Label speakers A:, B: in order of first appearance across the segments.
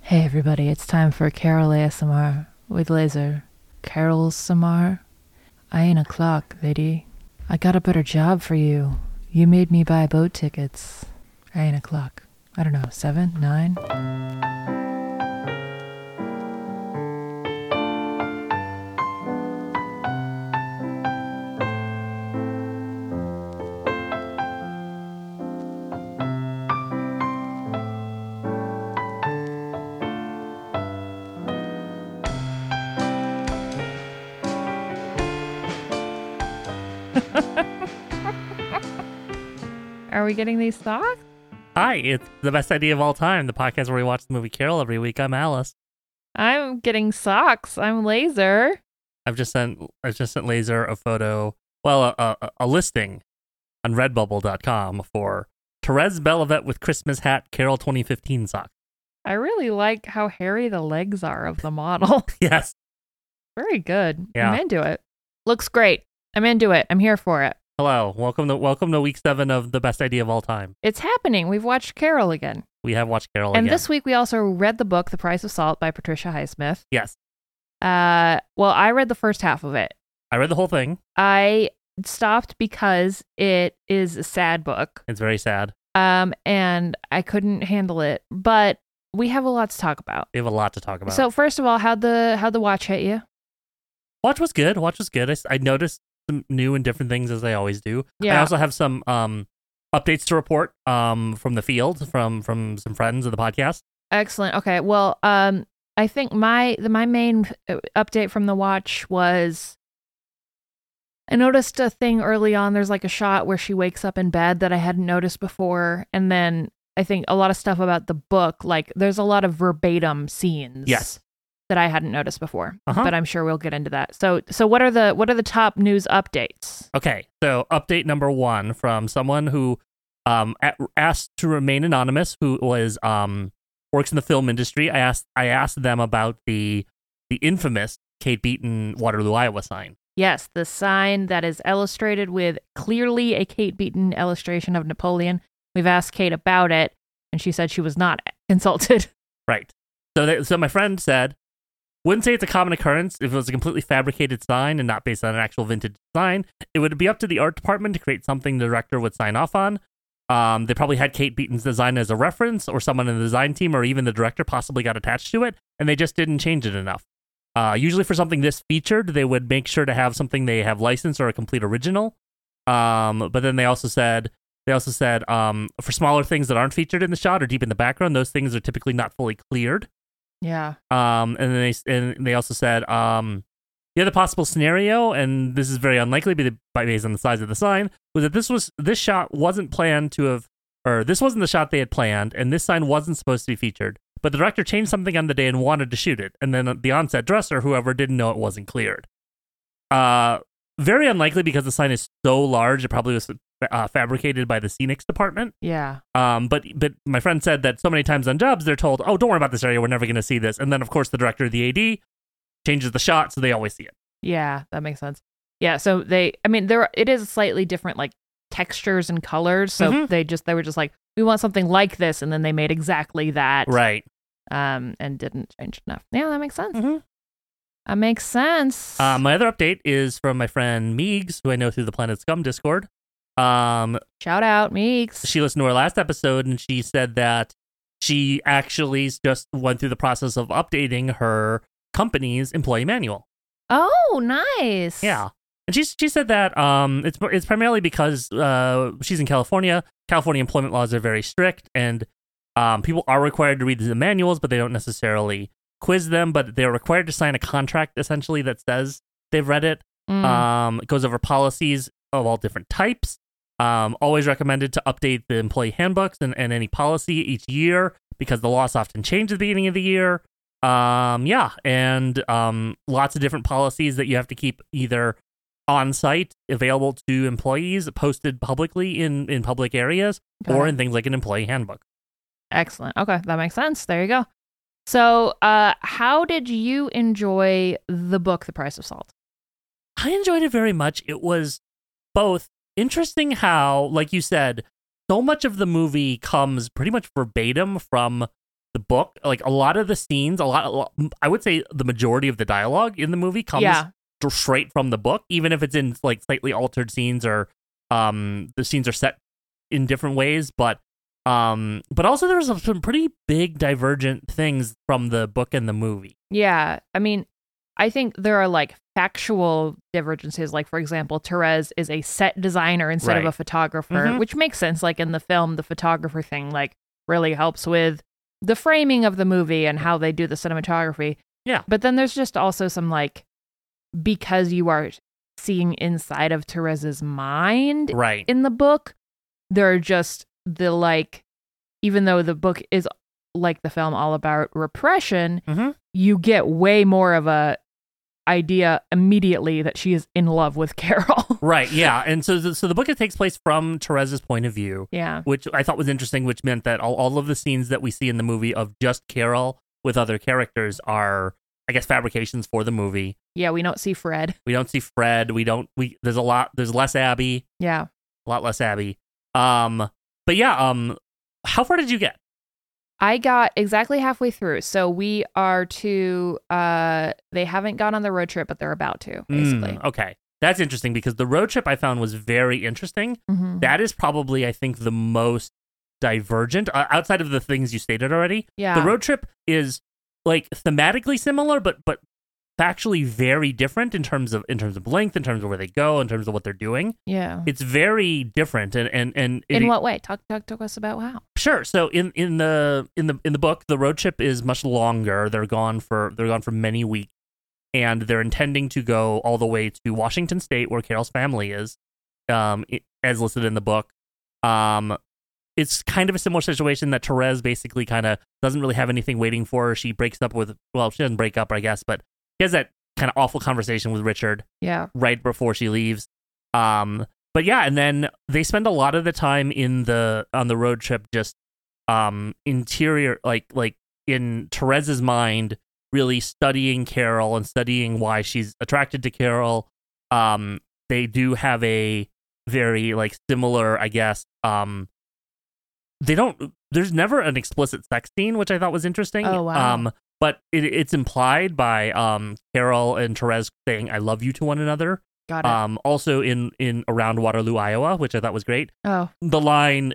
A: Hey everybody, it's time for Carol ASMR with Laser. Carol Samar? I ain't a clock, lady. I got a better job for you. You made me buy boat tickets. I ain't a clock. I don't know, seven, nine? Are we getting these socks?
B: Hi, it's the best idea of all time, the podcast where we watch the movie Carol every week. I'm Alice.
A: I'm getting socks. I'm Laser.
B: I've just sent I've just sent Laser a photo, well, a, a, a listing on redbubble.com for Therese Bellavette with Christmas hat Carol 2015 sock.
A: I really like how hairy the legs are of the model.
B: Yes.
A: Very good.
B: Yeah.
A: I'm into it. Looks great. I'm into it. I'm here for it.
B: Hello. Welcome to welcome to week 7 of the best idea of all time.
A: It's happening. We've watched Carol again.
B: We have watched Carol
A: and
B: again.
A: this week we also read the book, The Price of Salt by Patricia Highsmith.
B: yes.
A: Uh, well, I read the first half of it.
B: I read the whole thing.
A: I stopped because it is a sad book
B: It's very sad.
A: um, and I couldn't handle it. But we have a lot to talk about.
B: We have a lot to talk about.
A: So first of all, how'd the how'd the watch hit you?
B: Watch was good. Watch was good. I, s- I noticed some new and different things as I always do. I
A: Yeah.
B: also have some um, updates to report um, from the field from from some friends of the podcast.
A: Excellent. Okay. Well, um, I think my the, my main uh, update from the watch was I noticed a thing early on. There's like a shot where she wakes up in bed that I hadn't noticed before, and then I think a lot of stuff about the book. Like there's a lot of verbatim scenes.
B: Yes.
A: That I hadn't noticed before,
B: Uh-huh.
A: but I'm sure we'll get into that. So, so what are the what are the top news updates?
B: Okay, so update number one from someone who um, a- asked to remain anonymous, who was um, works in the film industry. I asked I asked them about the the infamous Kate Beaton Waterloo, Iowa sign.
A: Yes, the sign that is illustrated with clearly a Kate Beaton illustration of Napoleon. We've asked Kate about it, and she said she was not consulted.
B: Right. So, that, so my friend said, wouldn't say it's a common occurrence if it was a completely fabricated sign and not based on an actual vintage design. It would be up to the art department to create something the director would sign off on. Um, they probably had Kate Beaton's design as a reference, or someone in the design team, or even the director possibly got attached to it, and they just didn't change it enough. Uh, usually, for something this featured, they would make sure to have something they have licensed or a complete original. Um, but then they also said they also said um, for smaller things that aren't featured in the shot or deep in the background, those things are typically not fully cleared.
A: Yeah.
B: Um, and then they and they also said um, the other possible scenario, and this is very unlikely, but by based on the size of the sign, was that this was this shot wasn't planned to have, or this wasn't the shot they had planned, and this sign wasn't supposed to be featured. But the director changed something on the day and wanted to shoot it, and then the on-set dresser, whoever, didn't know it wasn't cleared. Uh, very unlikely because the sign is so large, it probably was uh, fabricated by the scenics department.
A: Yeah.
B: Um, but but my friend said that so many times on jobs they're told, "Oh, don't worry about this area. We're never going to see this." And then of course the director, the AD, changes the shot so they always see it.
A: Yeah, that makes sense. Yeah, so they I mean there it is slightly different like textures and colors, so
B: Mhm.
A: they just they were just like we want something like this and then they made exactly that
B: Right.
A: um and didn't change enough. Yeah, that makes sense.
B: Mhm.
A: That makes sense.
B: Uh, my other update is from my friend Meegs, who I know through the Planet Scum Discord. Um,
A: Shout out Meeks.
B: she listened to our last episode and she said that she actually just went through the process of updating her company's employee manual.
A: oh, nice.
B: Yeah. And she's, she said that um, it's, it's primarily because uh, she's in California. California employment laws are very strict, and um, people are required to read the manuals, but they don't necessarily quiz them. But they're required to sign a contract, essentially, that says they've read it.
A: Mm.
B: Um, it goes over policies of all different types. Um, always recommended to update the employee handbooks and, and any policy each year because the laws often change at the beginning of the year. Um, yeah, and um, lots of different policies that you have to keep either on site, available to employees, posted publicly in, in public areas,
A: Got
B: or
A: it.
B: in things like an employee handbook.
A: Excellent. Okay, that makes sense. There you go. So, uh, how did you enjoy the book, The Price of Salt?
B: I enjoyed it very much. It was both interesting how, like you said, so much of the movie comes pretty much verbatim from the book, like a lot of the scenes, a lot, a lot I would say the majority of the dialogue in the movie comes
A: yeah.
B: dr- straight from the book, even if it's in like slightly altered scenes or um the scenes are set in different ways, but um but also there's some- some pretty big divergent things from the book and the movie.
A: Yeah. I mean, I think there are like factual divergences. Like, for example, Therese is a set designer instead of
B: Right.
A: a photographer,
B: Mhm.
A: which makes sense. Like in the film, the photographer thing like really helps with the framing of the movie and how they do the cinematography.
B: Yeah.
A: But then there's just also some like because you are seeing inside of Therese's mind
B: Right.
A: in the book. They're just the like, even though the book is like the film all about repression,
B: Mhm.
A: you get way more of a idea immediately that she is in love with Carol.
B: Right, yeah. And so the, so the book it takes place from Therese's point of view.
A: yeah.
B: which I thought was interesting, which meant that all, all of the scenes that we see in the movie of just Carol with other characters are, I guess, fabrications for the movie.
A: Yeah. We don't see Fred.
B: We don't see Fred. We don't. We there's a lot. There's less Abby.
A: Yeah.
B: A lot less Abby. Um. But yeah. Um. How far did you get?
A: I got exactly halfway through. So we are to, uh, they haven't gone on the road trip, but they're about to, basically.
B: Mm, okay. That's interesting because the road trip I found was very interesting.
A: Mhm.
B: That is probably I think the most divergent uh, outside of the things you stated already.
A: yeah.
B: the road trip is like thematically similar but but factually very different in terms of in terms of length in terms of where they go in terms of what they're doing
A: yeah.
B: it's very different and and and it-
A: in what way? Talk, talk to us about how.
B: sure so in in the in the in the book the road trip is much longer they're gone for they're gone for many weeks and they're intending to go all the way to washington state where carol's family is um i- as listed in the book um it's kind of a similar situation that Therese basically kind of doesn't really have anything waiting for her. She breaks up with, well, she doesn't break up, I guess, but she has that kind of awful conversation with Richard
A: Yeah.
B: right before she leaves. Um, but yeah, and then they spend a lot of the time in the on the road trip just um interior like like in Therese's mind really studying Carol and studying why she's attracted to Carol. Um they do have a very like similar, I guess, um they don't there's never an explicit sex scene, which I thought was interesting.
A: Oh, wow.
B: Um but it, it's implied by um, Carol and Therese saying "I love you" to one another.
A: Got it.
B: Um, also in in around Waterloo, Iowa, which I thought was great.
A: oh,
B: The line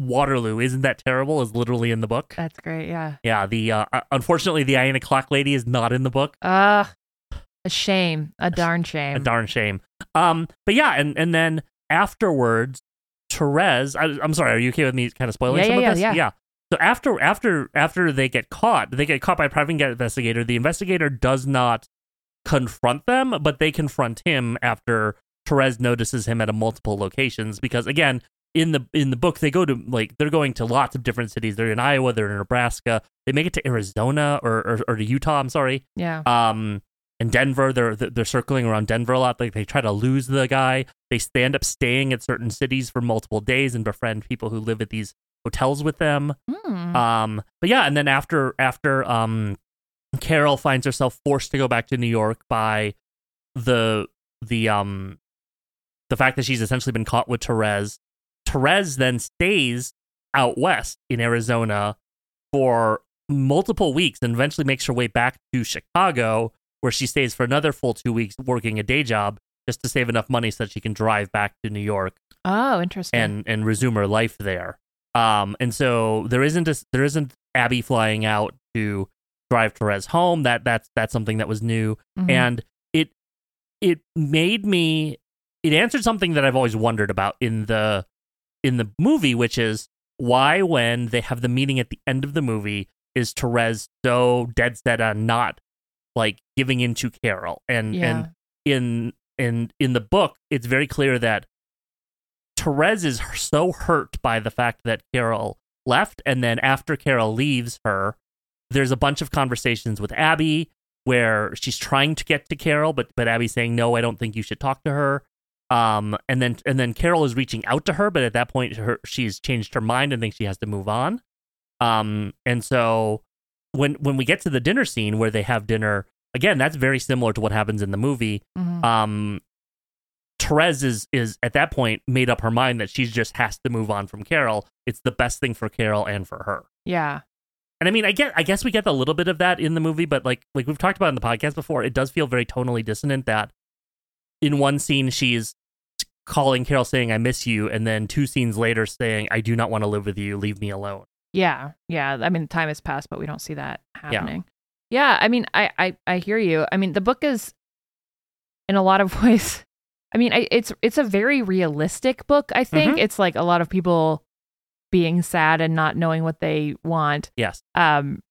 B: "Waterloo isn't that terrible" is literally in the book.
A: that's great. Yeah.
B: Yeah, the uh, unfortunately the Iana Clock Lady is not in the book.
A: Uh a shame. A darn shame.
B: A darn shame. Um, but yeah, and and then afterwards, Therese. I, I'm sorry, are you okay with me kind of spoiling
A: Yeah,
B: some
A: yeah,
B: of
A: yeah,
B: this?
A: yeah.
B: So after after after they get caught, they get caught by a private investigator. The investigator does not confront them, but they confront him after Therese notices him at a multiple locations because again. In the in the book, they go to like they're going to lots of different cities. They're in Iowa, they're in Nebraska. They make it to Arizona or or, or to Utah. I'm sorry,
A: yeah.
B: um in Denver they're they're circling around Denver a lot like they try to lose the guy they stand up staying at certain cities for multiple days and befriend people who live at these hotels with them
A: Hmm.
B: um but yeah and then after after um Carol finds herself forced to go back to New York by the the um the fact that she's essentially been caught with Therese Therese then stays out west in Arizona for multiple weeks and eventually makes her way back to Chicago, where she stays for another full two weeks working a day job just to save enough money so that she can drive back to New York
A: oh, interesting.
B: and and resume her life there. Um, and so there isn't a, there isn't Abby flying out to drive Therese home. That that's that's something that was new
A: Mhm.
B: and it it made me it answered something that I've always wondered about in the in the movie, which is why when they have the meeting at the end of the movie is Therese so dead set on not like giving in to Carol and
A: yeah.
B: and in in in the book it's very clear that Therese is so hurt by the fact that Carol left and then after Carol leaves her there's a bunch of conversations with Abby where she's trying to get to Carol but but Abby's saying no I don't think you should talk to her um and then and then Carol is reaching out to her but at that point her she's changed her mind and thinks she has to move on um and so when when we get to the dinner scene where they have dinner again that's very similar to what happens in the movie
A: Mhm.
B: um Therese is is at that point made up her mind that she just has to move on from Carol. It's the best thing for Carol and for her.
A: yeah.
B: And I mean, I get, I guess we get a little bit of that in the movie, but like, like we've talked about in the podcast before, it does feel very tonally dissonant that in one scene she's calling Carol saying "I miss you," and then two scenes later saying "I do not want to live with you, leave me alone."
A: Yeah. Yeah. I mean, time has passed, but we don't see that happening. Yeah. I mean, I, I, I hear you. I mean, the book is in a lot of ways. I mean, I, it's, it's a very realistic book. I think it's like a lot of people being sad and not knowing what they want,
B: Yes,
A: um,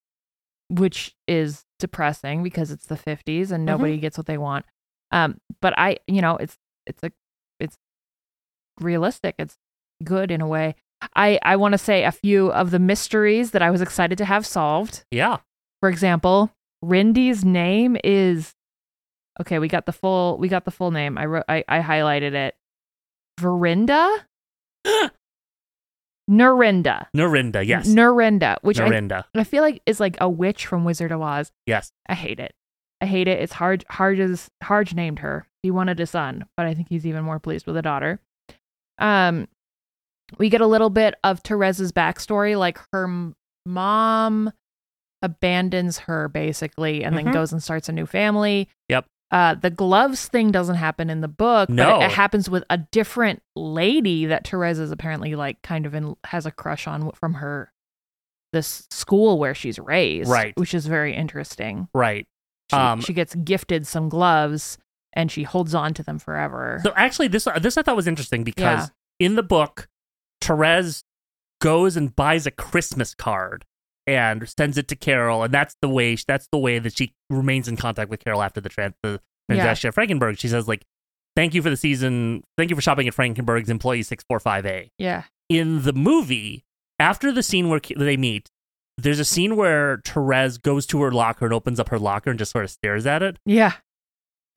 A: which is depressing because it's the 50s and nobody gets what they want. Um, but I, you know, it's, it's a, it's realistic. It's good in a way. I, I want to say a few of the mysteries that I was excited to have solved.
B: yeah,
A: For example, Rindy's name is okay. We got the full. We got the full name. I wrote. I, I highlighted it. Verinda. Nurinda.
B: Narinda. Yes,
A: Nurinda, which I,
B: Narinda.
A: I feel like is like a witch from Wizard of Oz.
B: Yes,
A: I hate it. I hate it. It's hard. Harge's Harge named her. He wanted a son, but I think he's even more pleased with a daughter. Um, we get a little bit of Therese's backstory, like her m- mom abandons her basically, and
B: Mhm.
A: then goes and starts a new family.
B: Yep.
A: Uh, the gloves thing doesn't happen in the book.
B: No.
A: but it, it happens with a different lady that Therese is apparently like kind of in has a crush on from her this school where she's raised,
B: Right.
A: Which is very interesting.
B: right.
A: She,
B: Um,
A: she gets gifted some gloves and she holds on to them forever.
B: So actually, this this I thought was interesting because in the book, Therese goes and buys a Christmas card and sends it to Carol, and that's the way that's the way that she remains in contact with Carol after the trans the
A: Yeah.
B: transaction at Frankenberg. She says like, "Thank you for the season. Thank you for shopping at Frankenberg's employee six four five A."
A: yeah.
B: in the movie, after the scene where they meet, there's a scene where Therese goes to her locker and opens up her locker and just sort of stares at it.
A: Yeah.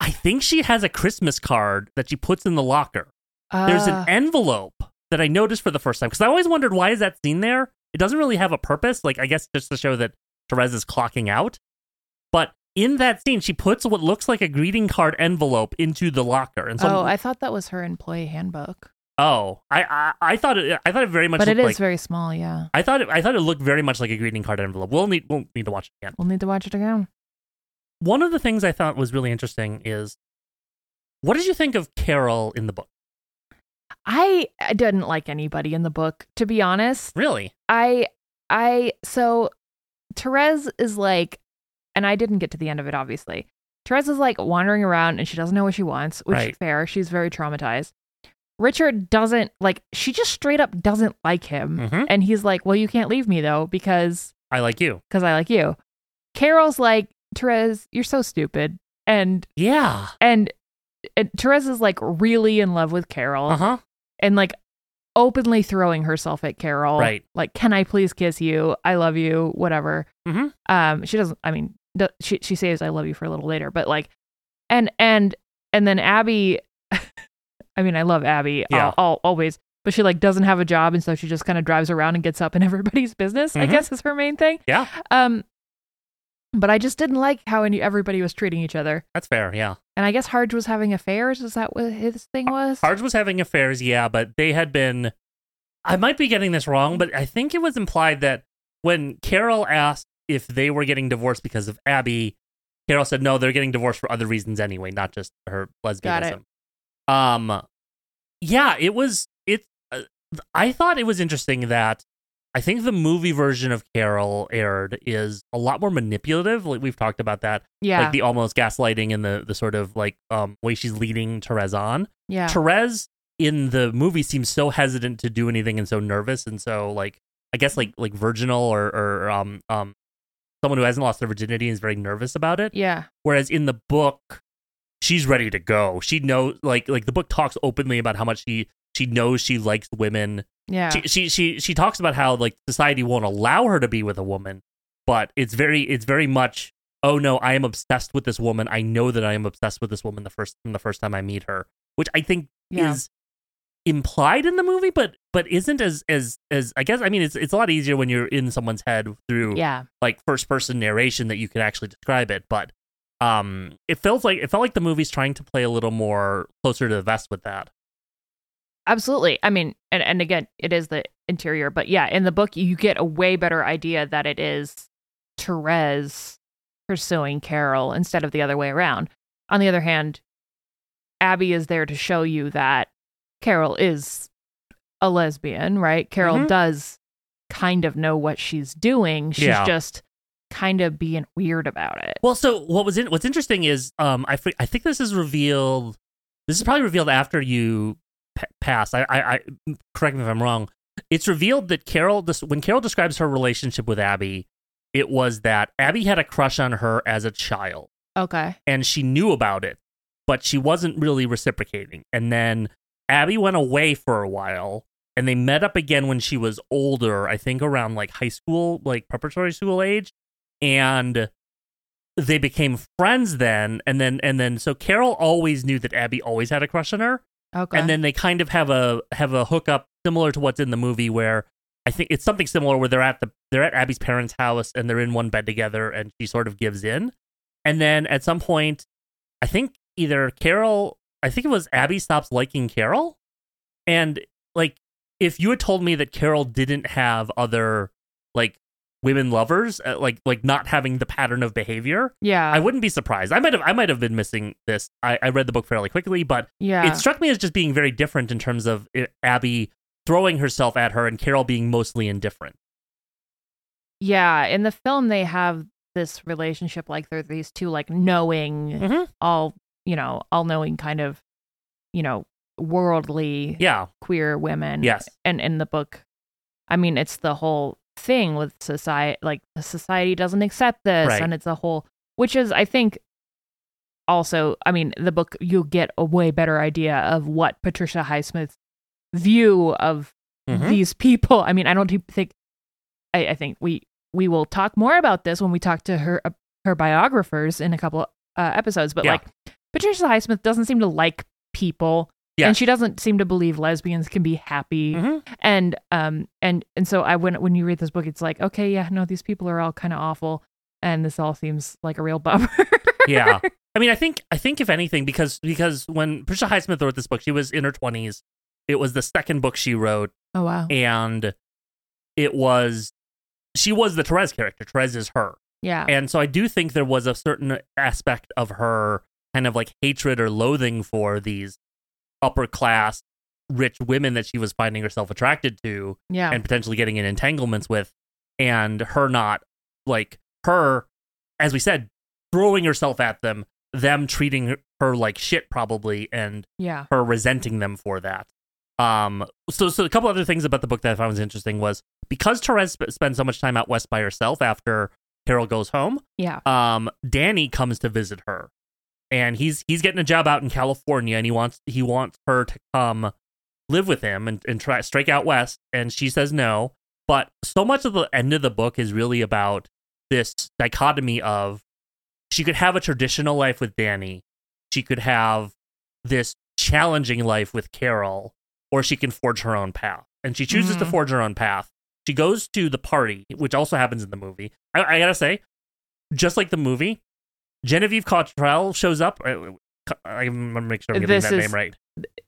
B: I think she has a Christmas card that she puts in the locker. There's
A: Uh,
B: an envelope that I noticed for the first time because I always wondered why is that scene there? It doesn't really have a purpose. Like I guess just to show that Therese is clocking out. But in that scene, she puts what looks like a greeting card envelope into the locker, and so
A: oh, I thought that was her employee handbook,
B: oh, I, I I thought it I thought it very much
A: but it
B: looked
A: is
B: like
A: very small. Yeah,
B: I thought it, I thought it looked very much like a greeting card envelope. We'll need we'll need to watch it again.
A: we'll need to watch it again.
B: One of the things I thought was really interesting is what did you think of Carol in the book?
A: I, I didn't like anybody in the book, to be honest.
B: Really?
A: I I so Therese is like and I didn't get to the end of it obviously. Therese is like wandering around and she doesn't know what she wants, which
B: Right.
A: fair, she's very traumatized. Richard doesn't like she just straight up doesn't like him.
B: Mhm.
A: Mm-hmm. And he's like, "Well, you can't leave me though because
B: I like you.
A: cuz I like you." Carol's like, "Therese, you're so stupid." And
B: Yeah.
A: and, and Therese is like really in love with Carol
B: Uh huh.
A: and like openly throwing herself at Carol.
B: Right.
A: Like, can I please kiss you? I love you. Whatever.
B: Mhm.
A: Um, she doesn't. I mean, do, she she says I love you for a little later, but like, and and and then Abby. I mean, I love Abby.
B: Yeah.
A: All, all, always. But she like doesn't have a job, and so she just kind of drives around and gets up in everybody's business. I
B: Mhm.
A: guess is her main thing.
B: Yeah.
A: Um. But I just didn't like how any, everybody was treating each other,
B: That's fair. Yeah.
A: and I guess Harge was having affairs. Is that what his thing was?
B: Harge was having affairs. Yeah, but they had been. I might be getting this wrong, but I think it was implied that when Carol asked if they were getting divorced because of Abby, Carol said no, they're getting divorced for other reasons anyway, not just her lesbianism.
A: Got it.
B: Um, yeah, it was. It. Uh, I thought it was interesting that I think the movie version of Carol aired is a lot more manipulative. Like we've talked about that,
A: yeah.
B: like the almost gaslighting and the the sort of like um way she's leading Therese on.
A: yeah.
B: Therese in the movie seems so hesitant to do anything and so nervous and so like I guess like like virginal or or um um someone who hasn't lost their virginity and is very nervous about it.
A: yeah.
B: Whereas in the book, she's ready to go. She knows like like the book talks openly about how much she she knows she likes women.
A: Yeah.
B: She she she she talks about how like society won't allow her to be with a woman, but it's very it's very much oh no, I am obsessed with this woman. I know that I am obsessed with this woman the first from the first time I meet her, which I think
A: yeah.
B: is implied in the movie, but but isn't as as as I guess I mean it's it's a lot easier when you're in someone's head through
A: yeah.
B: like first person narration that you can actually describe it, but um it felt like it felt like the movie's trying to play a little more closer to the vest with that.
A: Absolutely. I mean, and, and again, it is the interior. But yeah, in the book, you get a way better idea that it is Therese pursuing Carol instead of the other way around. On the other hand, Abby is there to show you that Carol is a lesbian, right? Carol
B: Mhm.
A: does kind of know what she's doing. She's
B: Yeah.
A: just kind of being weird about it.
B: Well, so what was in, what's interesting is um I fr- I think this is revealed. This is probably revealed after you p- pass. I, I I correct me if I'm wrong. It's revealed that Carol this when Carol describes her relationship with Abby, it was that Abby had a crush on her as a child
A: Okay.
B: and she knew about it, but she wasn't really reciprocating. And then Abby went away for a while, and they met up again when she was older, I think around like high school, like preparatory school age, and they became friends then. And then and then so Carol always knew that Abby always had a crush on her,
A: Okay.
B: and then they kind of have a have a hookup similar to what's in the movie where I think it's something similar where they're at the they're at Abby's parents' house and they're in one bed together and she sort of gives in. And then at some point, I think either Carol I think it was Abby stops liking Carol. And like if you had told me that Carol didn't have other like women lovers, uh, like like not having the pattern of behavior,
A: yeah.
B: I wouldn't be surprised. I might have I might have been missing this. I, I read the book fairly quickly, but
A: yeah.
B: it struck me as just being very different in terms of uh, Abby throwing herself at her and Carol being mostly indifferent.
A: Yeah, in the film they have this relationship like they're these two like knowing
B: Mhm.
A: all, you know, all knowing kind of, you know, worldly
B: Yeah.
A: queer women.
B: Yes.
A: And in the book I mean it's the whole thing with society like the society doesn't accept this
B: Right.
A: and it's a whole which is I think also I mean the book you'll get a way better idea of what Patricia Highsmith's view of
B: Mhm.
A: these people. I mean, I don't think. I, I think we we will talk more about this when we talk to her uh, her biographers in a couple uh, episodes. But
B: Yeah.
A: like Patricia Highsmith doesn't seem to like people,
B: Yeah.
A: and she doesn't seem to believe lesbians can be happy.
B: Mhm.
A: And um and and so I when when you read this book, it's like okay, yeah, no, these people are all kind of awful, and this all seems like a real bummer.
B: yeah. I mean, I think I think if anything, because because when Patricia Highsmith wrote this book, she was in her twenties. It was the second book she wrote,
A: oh wow,
B: and it was she was the Therese character. Therese is her.
A: yeah,
B: And so I do think there was a certain aspect of her kind of like hatred or loathing for these upper class rich women that she was finding herself attracted to
A: yeah,
B: and potentially getting in entanglements with and her not like her as we said throwing herself at them them treating her like shit probably and
A: yeah,
B: her resenting them for that. Um, so, so a couple other things about the book that I found was interesting was because Therese sp- spends so much time out west by herself after Carol goes home.
A: Yeah.
B: Um, Danny comes to visit her, and he's he's getting a job out in California, and he wants he wants her to come live with him and and try strike out west, and she says no. But so much of the end of the book is really about this dichotomy of she could have a traditional life with Danny, she could have this challenging life with Carol, or she can forge her own path. And she chooses to
A: Mhm.
B: forge her own path. She goes to the party, which also happens in the movie. I, I gotta say, just like the movie, Genevieve Cottrell shows up. I, I want to make sure I'm getting
A: This
B: that
A: is-
B: name right.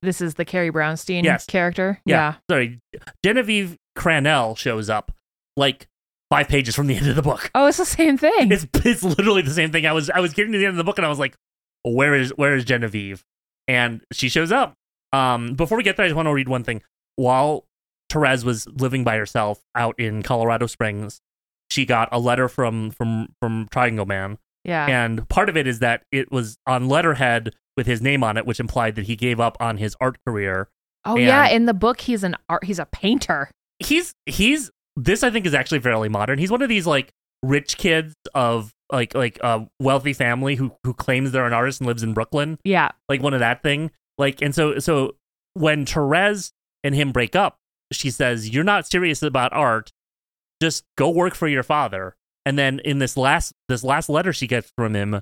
A: This is the Carrie Brownstein
B: Yes.
A: character.
B: Yeah. Sorry, Genevieve Cranell shows up like five pages from the end of the book.
A: Oh, it's the same thing.
B: It's it's literally the same thing. I was I was getting to the end of the book and I was like, where is where is Genevieve? And she shows up. Um, before we get there, I just want to read one thing. While Therese was living by herself out in Colorado Springs, she got a letter from from from Triangle Man,
A: yeah.
B: and part of it is that it was on letterhead with his name on it, which implied that he gave up on his art career.
A: Oh yeah,
B: And-
A: in the book he's an art he's a painter.
B: he's he's this I think is actually fairly modern. He's one of these like rich kids of like like a wealthy family who who claims they're an artist and lives in Brooklyn,
A: Yeah.
B: like one of that thing. Like and so so when Therese and him break up, she says, "You're not serious about art. Just go work for your father." And then in this last this last letter she gets from him,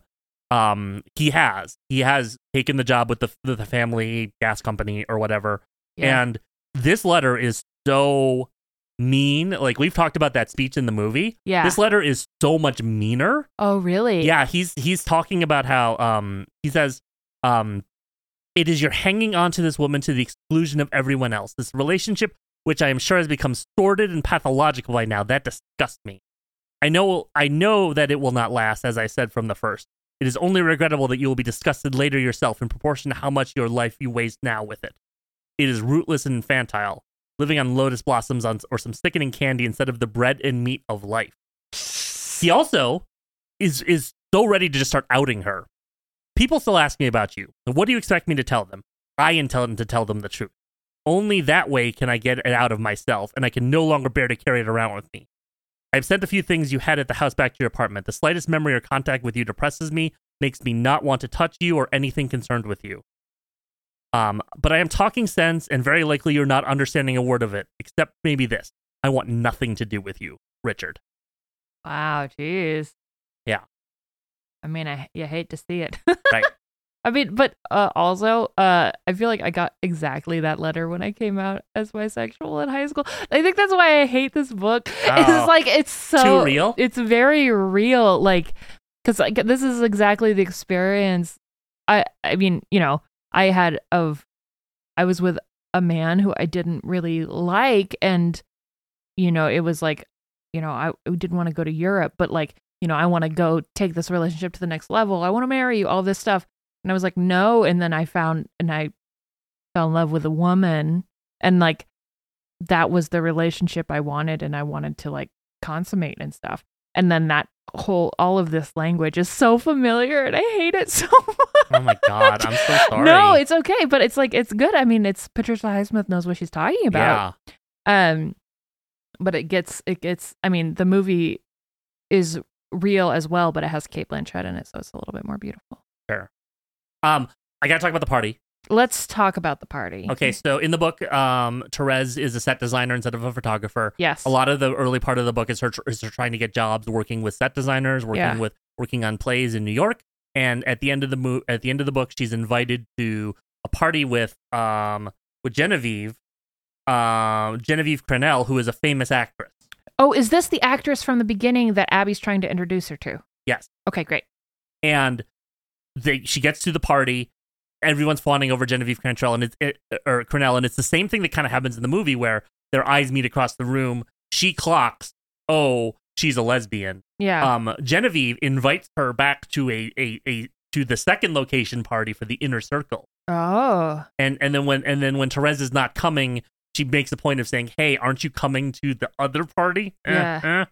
B: um, he has he has taken the job with the the family gas company or whatever,
A: Yeah.
B: and this letter is so mean. Like we've talked about that speech in the movie.
A: yeah.
B: This letter is so much meaner.
A: oh really?
B: Yeah, he's he's talking about how um he says um it is you're hanging on to this woman to the exclusion of everyone else. This relationship which I am sure has become sordid and pathological by now. That disgusts me. I know I know that it will not last, as I said from the first. It is only regrettable that you will be disgusted later yourself in proportion to how much your life you waste now with it. It is rootless and infantile, living on lotus blossoms on, or some sickening candy instead of the bread and meat of life. He also is is so ready to just start outing her. People still ask me about you. And what do you expect me to tell them? I intend to tell them the truth. Only that way can I get it out of myself, and I can no longer bear to carry it around with me. I've sent a few things you had at the house back to your apartment. The slightest memory or contact with you depresses me, makes me not want to touch you or anything concerned with you. Um, but I am talking sense, and very likely you're not understanding a word of it, except maybe this. I want nothing to do with you, Richard.
A: Wow, jeez.
B: Yeah.
A: I mean, I you hate to see it.
B: Right.
A: I mean, but uh, also, uh, I feel like I got exactly that letter when I came out as bisexual in high school. I think that's why I hate this book.
B: Oh.
A: It's like it's so
B: Too real?
A: It's very real, like because like, this is exactly the experience. I I mean, you know, I had of I was with a man who I didn't really like, and you know, it was like, you know, I didn't want to go to Europe, but like, you know, I want to go take this relationship to the next level. I want to marry you, all this stuff. And I was like, no. And then I found and I fell in love with a woman. And like that was the relationship I wanted and I wanted to like consummate and stuff. And then that whole all of this language is so familiar and I hate it so much.
B: Oh my God, I'm so sorry.
A: No, it's okay, but it's like it's good. I mean, it's Patricia Highsmith knows what she's talking about.
B: yeah.
A: Um but it gets it gets I mean, the movie is real as well, but it has Kate Blanchett in it, so it's a little bit more beautiful.
B: Um, I gotta talk about the party.
A: Let's talk about the party.
B: Okay, so in the book, um, Therese is a set designer instead of a photographer.
A: Yes.
B: A lot of the early part of the book is her, is her trying to get jobs working with set designers, working
A: Yeah.
B: with working on plays in New York. And at the end of the mo- at the end of the book, she's invited to a party with um with Genevieve, um Genevieve Crenell, who is a famous actress.
A: Oh, is this the actress from the beginning that Abby's trying to introduce her to?
B: Yes.
A: Okay, great.
B: and they she gets to the party. Everyone's fawning over Genevieve Crenell, and it's it, or Crenell, and it's the same thing that kind of happens in the movie where their eyes meet across the room. She clocks, oh, she's a lesbian.
A: Yeah.
B: Um, Genevieve invites her back to a, a a to the second location party for the inner circle,
A: oh.
B: and and then when and then when Therese is not coming, she makes a point of saying, "Hey, aren't you coming to the other party?" Eh,
A: Yeah.
B: eh.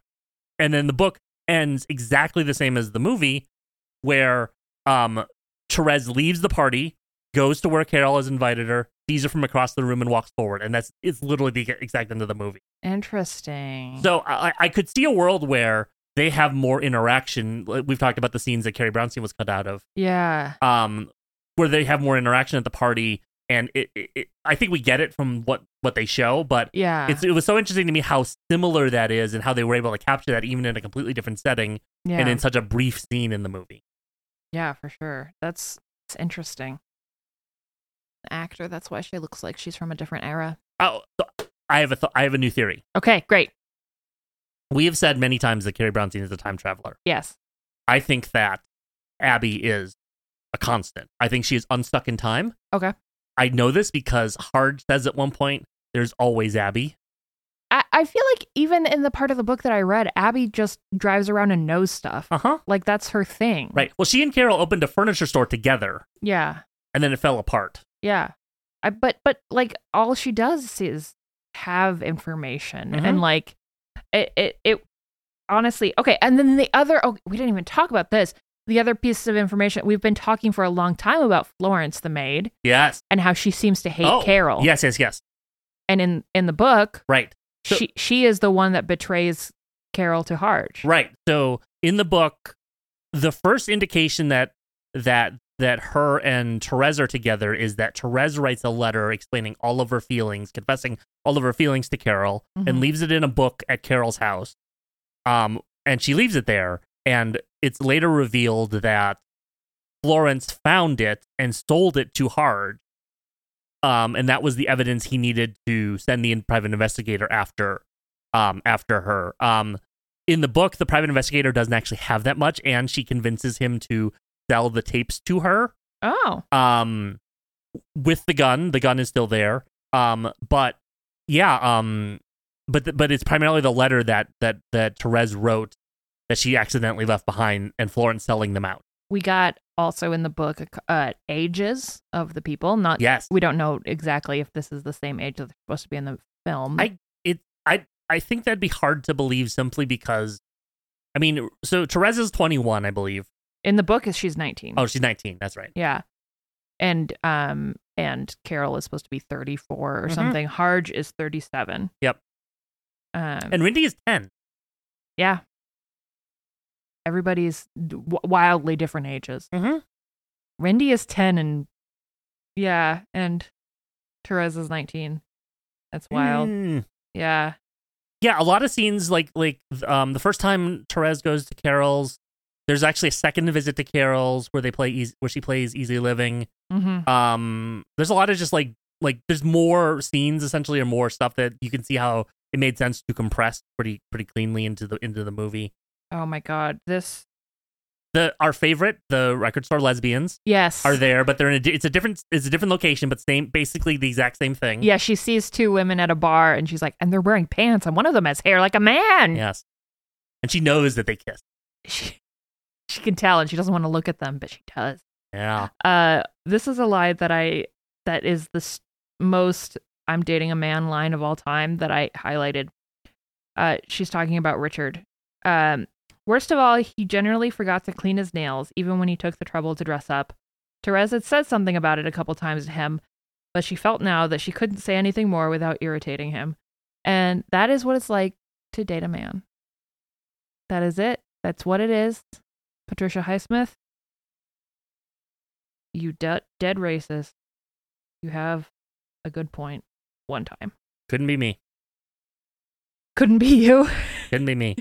B: And then the book ends exactly the same as the movie, where um Therese leaves the party, goes to where Carol has invited her, sees her from across the room, and walks forward. And that's it's literally the exact end of the movie.
A: Interesting.
B: So I, I could see a world where they have more interaction. Like, We've talked about the scenes that Carrie Brownstein was cut out of
A: yeah.
B: um, where they have more interaction at the party, and it, it, it I think we get it from what what they show, but
A: Yeah.
B: it's it was so interesting to me how similar that is and how they were able to capture that even in a completely different setting
A: yeah.
B: and in such a brief scene in the movie.
A: yeah, for sure. That's, it's interesting. Actor, that's why she looks like she's from a different era.
B: Oh, so I have a th- I have a new theory.
A: Okay, great.
B: We have said many times that Carrie Brownstein is a time traveler.
A: Yes.
B: I think that Abby is a constant. I think she is unstuck in time.
A: Okay.
B: I know this because Hard says at one point, "There's always Abby."
A: I, I feel like even in the part of the book that I read, Abby just drives around and knows stuff.
B: Uh huh.
A: Like that's her thing.
B: Right. Well, she and Carol opened a furniture store together.
A: Yeah.
B: and then it fell apart.
A: Yeah. I but but like all she does is have information
B: Mhm.
A: and like it, it it honestly okay and then the other oh we didn't even talk about this the other piece of information we've been talking for a long time about Florence the maid
B: Yes.
A: and how she seems to hate
B: Oh,
A: Carol
B: Yes, yes, yes.
A: and in in the book
B: Right. So-
A: she she is the one that betrays Carol to Harge
B: Right. So in the book, the first indication that that that her and Therese are together is that Therese writes a letter explaining all of her feelings, confessing all of her feelings to Carol,
A: Mhm.
B: and leaves it in a book at Carol's house. Um, and she leaves it there, and it's later revealed that Florence found it and sold it to Hard. Um, and that was the evidence he needed to send the in- private investigator after, um, after her. Um, in the book, the private investigator doesn't actually have that much, and she convinces him to sell the tapes to her
A: oh
B: um with the gun the gun is still there um but yeah, um, but th- but it's primarily the letter that that that Therese wrote that she accidentally left behind, and Florence selling them out.
A: We got also in the book uh, ages of the people. Not
B: Yes,
A: we don't know exactly if this is the same age that they're supposed to be in the film.
B: I- I think that'd be hard to believe simply because, I mean, so Therese is twenty one, I believe.
A: in the book, is she's nineteen.
B: Oh, she's nineteen. That's right.
A: Yeah. And um and Carol is supposed to be 34 or
B: Mhm.
A: something. Harge is 37.
B: Yep.
A: Um
B: And Rindy is ten.
A: yeah. Everybody's d- w- wildly different ages.
B: Mhm.
A: Rindy is 10 and yeah, and Therese is 19. That's wild.
B: Hmm.
A: Yeah.
B: yeah a lot of scenes like like um the first time Therese goes to Carol's there's actually a second visit to Carol's where they play easy, where she plays easy living
A: Mhm.
B: um there's a lot of just like like there's more scenes essentially or more stuff that you can see how it made sense to compress pretty pretty cleanly into the into the movie
A: Oh my god. This
B: the our favorite the record store lesbians
A: Yes.
B: are there but they're in a di- it's a different it's a different location but same basically the exact same thing
A: yeah, she sees two women at a bar and she's like, and they're wearing pants, and one of them has hair like a man.
B: yes and she knows that they kiss
A: she, she can tell and she doesn't want to look at them but she does
B: yeah
A: uh this is a lie that i that is the s most i'm dating a man line of all time that i highlighted uh she's talking about richard um worst of all he generally forgot to clean his nails even when he took the trouble to dress up therese had said something about it a couple times to him but she felt now that she couldn't say anything more without irritating him and that is what it's like to date a man that is it. That's what it is. Patricia Highsmith, you de- dead racist. You have a good point one time.
B: couldn't be me
A: Couldn't be you.
B: Couldn't be me.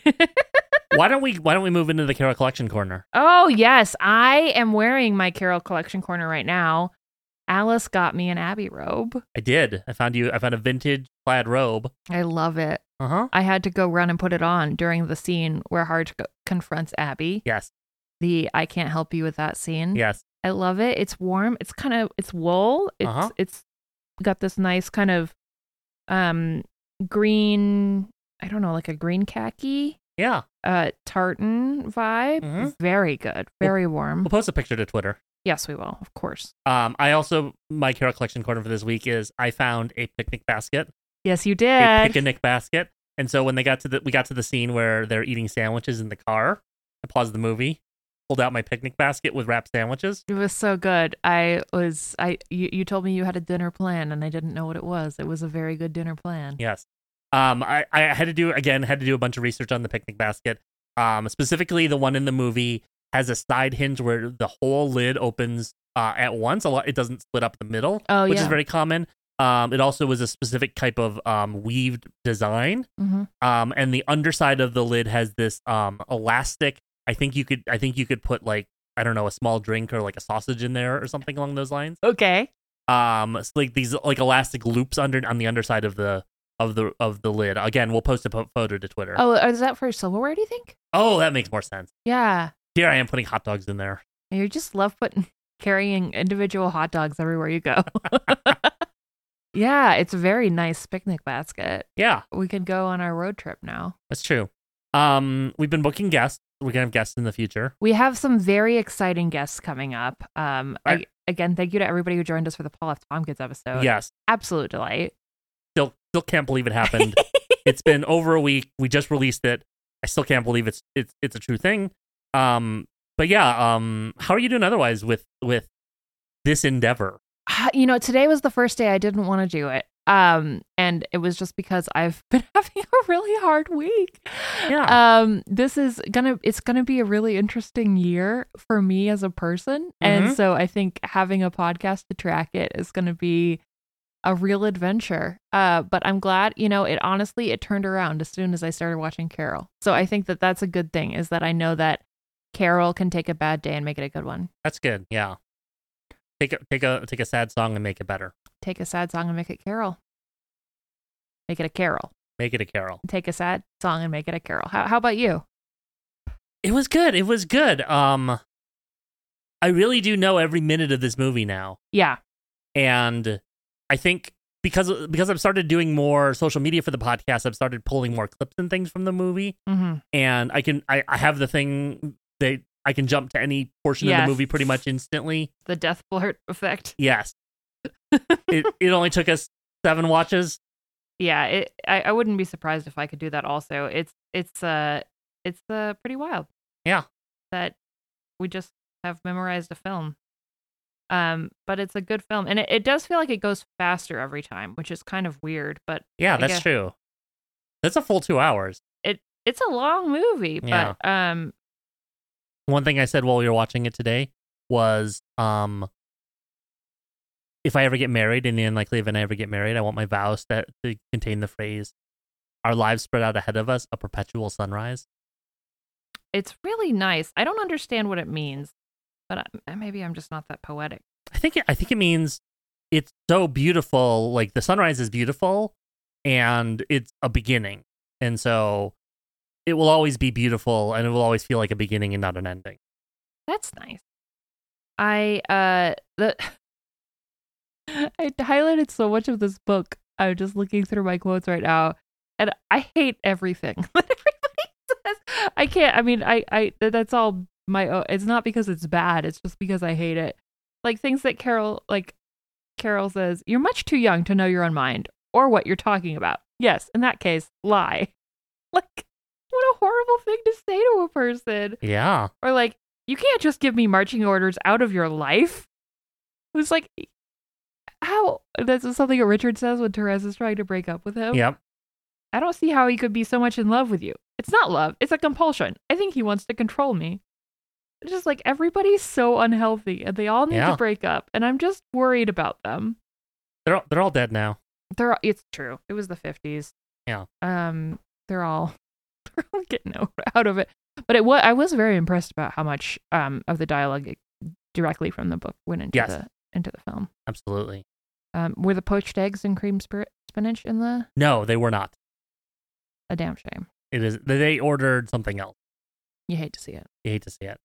B: why don't we why don't we move into the Carol Collection corner?
A: Oh, yes. I am wearing my Carol Collection Corner right now. Alice got me an Abbey robe.
B: I did. I found you I found a vintage plaid robe.
A: I love it.
B: Uh-huh.
A: I had to go run and put it on during the scene where Hart co- confronts Abby.
B: Yes.
A: The I can't help you with that scene.
B: Yes.
A: I love it. It's warm. It's kind of it's wool. It's
B: Uh-huh.
A: it's got this nice kind of um green, I don't know, like a green khaki
B: Yeah.
A: uh tartan vibe.
B: Mhm.
A: Very good. Very warm.
B: We'll post a picture to Twitter.
A: Yes, we will. Of course.
B: Um I also my Carol Collection corner for this week is I found a picnic basket.
A: Yes, you
B: A
A: did.
B: picnic basket. And so when they got to the we got to the scene where they're eating sandwiches in the car, I paused the movie, pulled out my picnic basket with wrapped sandwiches.
A: It was so good. I was I you, you told me you had a dinner plan and I didn't know what it was. It was a very good dinner plan.
B: Yes. Um, I, I had to do again had to do a bunch of research on the picnic basket. Um, specifically the one in the movie has a side hinge where the whole lid opens uh, at once. A lot it doesn't split up the middle,
A: Oh
B: which
A: yeah.
B: is very common. Um, it also was a specific type of um, weaved design.
A: hmm
B: Um, and the underside of the lid has this um, elastic. I think you could I think you could put like I don't know a small drink or like a sausage in there or something along those lines
A: Okay.
B: um it's like these like elastic loops under on the underside of the of the of the lid again we'll post a po- photo to twitter oh.
A: Oh, is that for silverware, do you think?
B: that makes more sense
A: Yeah.
B: here i am putting hot dogs in there
A: You just love putting carrying individual hot dogs everywhere you go. yeah, it's a very nice picnic basket.
B: yeah
A: We could go on our road trip now.
B: that's true um we've been booking guests we're gonna have guests in the future
A: We have some very exciting guests coming up. Um, I,
B: Right.
A: again, thank you to everybody who joined us for the Paul F. Tompkins episode.
B: yes
A: absolute delight.
B: still still can't believe it happened it's been over a week we just released it i still can't believe it's it's it's a true thing um but yeah um how are you doing otherwise with with this endeavor
A: Ah, You know, today was the first day I didn't want to do it. Um, and it was just because I've been having a really hard week.
B: yeah
A: um this is gonna it's gonna be a really interesting year for me as a person and so i think having a podcast to track it is gonna be a real adventure uh but i'm glad you know it honestly it turned around as soon as i started watching carol so i think that that's a good thing is that i know that carol can take a bad day and make it a good one
B: that's good yeah take a take a take a sad song and make it better
A: take a sad song and make it carol make it a carol
B: Make it a Carol.
A: take a sad song and make it a carol how, how about you
B: It was good. It was good. Um, I really do know every minute of this movie now,
A: yeah
B: and I think because because I've started doing more social media for the podcast, I've started pulling more clips and things from the movie,
A: hmm
B: and I can I, I have the thing that I can jump to any portion of
A: Yes.
B: the movie pretty much instantly.
A: The death blurt effect.
B: Yes, it it only took us seven watches.
A: Yeah, it, I, I wouldn't be surprised if I could do that. Also, it's it's uh it's uh pretty wild.
B: Yeah.
A: that we just have memorized a film. Um, but it's a good film, and it, it does feel like it goes faster every time, which is kind of weird. But
B: Yeah,
A: I
B: that's
A: guess-
B: true. That's a full two hours.
A: it's a long movie. But um,
B: one thing I said while we were watching it today was um if I ever get married and the unlikely event I ever get married, I want my vows that to contain the phrase our lives spread out ahead of us, a perpetual sunrise.
A: it's really nice. I don't understand what it means, but I, maybe I'm just not that poetic.
B: I think it, I think it means it's so beautiful, like the sunrise is beautiful and it's a beginning. And so it will always be beautiful and it will always feel like a beginning and not an ending.
A: That's nice. I uh the I highlighted so much of this book. I'm just looking through my quotes right now, and I hate everything that everybody says. I can't. I mean, I I that's all my. own It's not because it's bad. It's just because I hate it. Like things that Carol like Carol says, "You're much too young to know your own mind or what you're talking about." Yes, in that case, lie. Like, what a horrible thing to say to a person
B: Yeah.
A: or like you can't just give me marching orders out of your life it was like how that's something that richard says when therese is trying to break up with him
B: Yep.
A: i don't see how he could be so much in love with you it's not love it's a compulsion i think he wants to control me It's just like everybody's so unhealthy and they all need
B: Yeah.
A: to break up and i'm just worried about them
B: They're all, they're all dead now.
A: they're all, it's true it was the 50s
B: Yeah.
A: um they're all they're all getting o- out of it but it was i was very impressed about how much um of the dialogue it- directly from the book went into
B: Yes.
A: the into the film
B: Absolutely.
A: um were the poached eggs and cream spir- spinach in the
B: No, they were not.
A: a damn shame
B: It is they ordered something else.
A: you hate to see it
B: You hate to see it.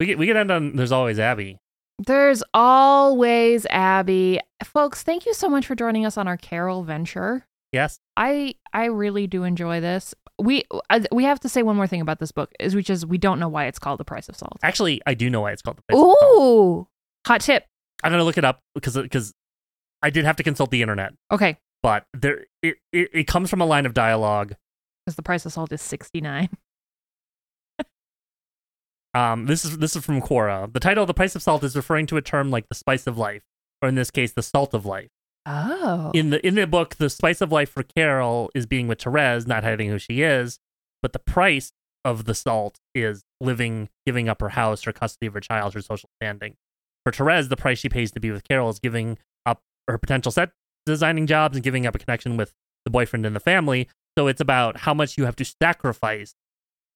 B: We get we could end on there's always Abby.
A: there's always abby folks thank you so much for joining us on our carol venture
B: Yes.
A: I I really do enjoy this. We I- we have to say one more thing about this book, is which is we don't know why it's called The Price of Salt.
B: Actually, I do know why it's called the Place of Salt.
A: Ooh, hot tip.
B: I'm gonna look it up because because I did have to consult the internet,
A: Okay,
B: but there it, it, it comes from a line of dialogue.
A: because the price of salt is sixty nine.
B: Um, this is this is from Quora. The title "The Price of Salt" is referring to a term like the spice of life, or in this case, the salt of life.
A: Oh,
B: In the in the book, the spice of life for Carol is being with Therese, not hiding who she is, but the price of the salt is living, giving up her house, her custody of her child, her social standing. For Therese, the price she pays to be with Carol is giving up her potential set designing jobs and giving up a connection with the boyfriend and the family. So it's about how much you have to sacrifice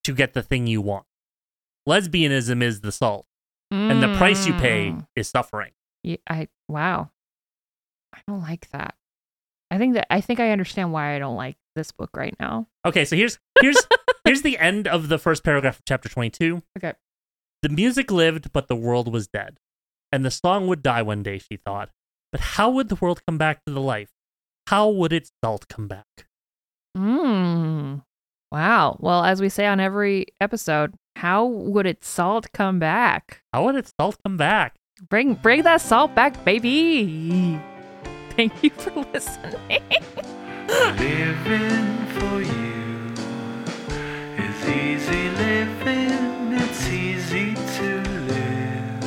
B: to get the thing you want. Lesbianism is the salt, and the price you pay
A: Mm.
B: is suffering.
A: Yeah, I wow. I don't like that. I think that I think I understand why I don't like this book right now.
B: Okay, so here's here's here's the end of the first paragraph of chapter 22.
A: Okay.
B: The music lived, but the world was dead. And the song would die one day, she thought. But how would the world come back to the life? How would its salt come back?
A: Mm. Wow. Well, as we say on every episode, how would its salt come back?
B: How would its salt come back?
A: Bring bring that salt back, baby. Thank you for listening.
C: Living for you is easy living, it's easy to live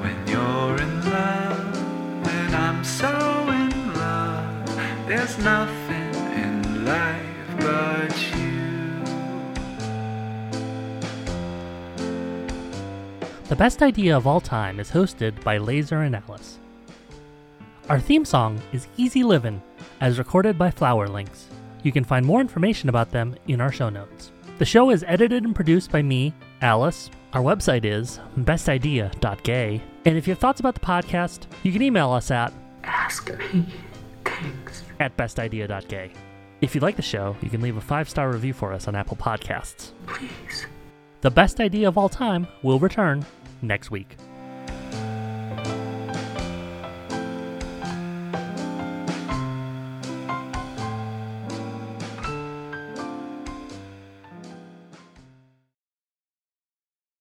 C: when you're in love. When I'm so in love, there's nothing in life but you.
B: The Best Idea of All Time is hosted by Laser and Alice. Our theme song is Easy Livin', as recorded by Flowerlinks. You can find more information about them in our show notes. The show is edited and produced by me, Alice. Our website is bestidea.gay. And if you have thoughts about the podcast, you can email us at
D: ask me things.
B: at bestidea.gay. If you like the show, you can leave a five star review for us on Apple Podcasts.
D: Please
B: The best idea of all time will return next week.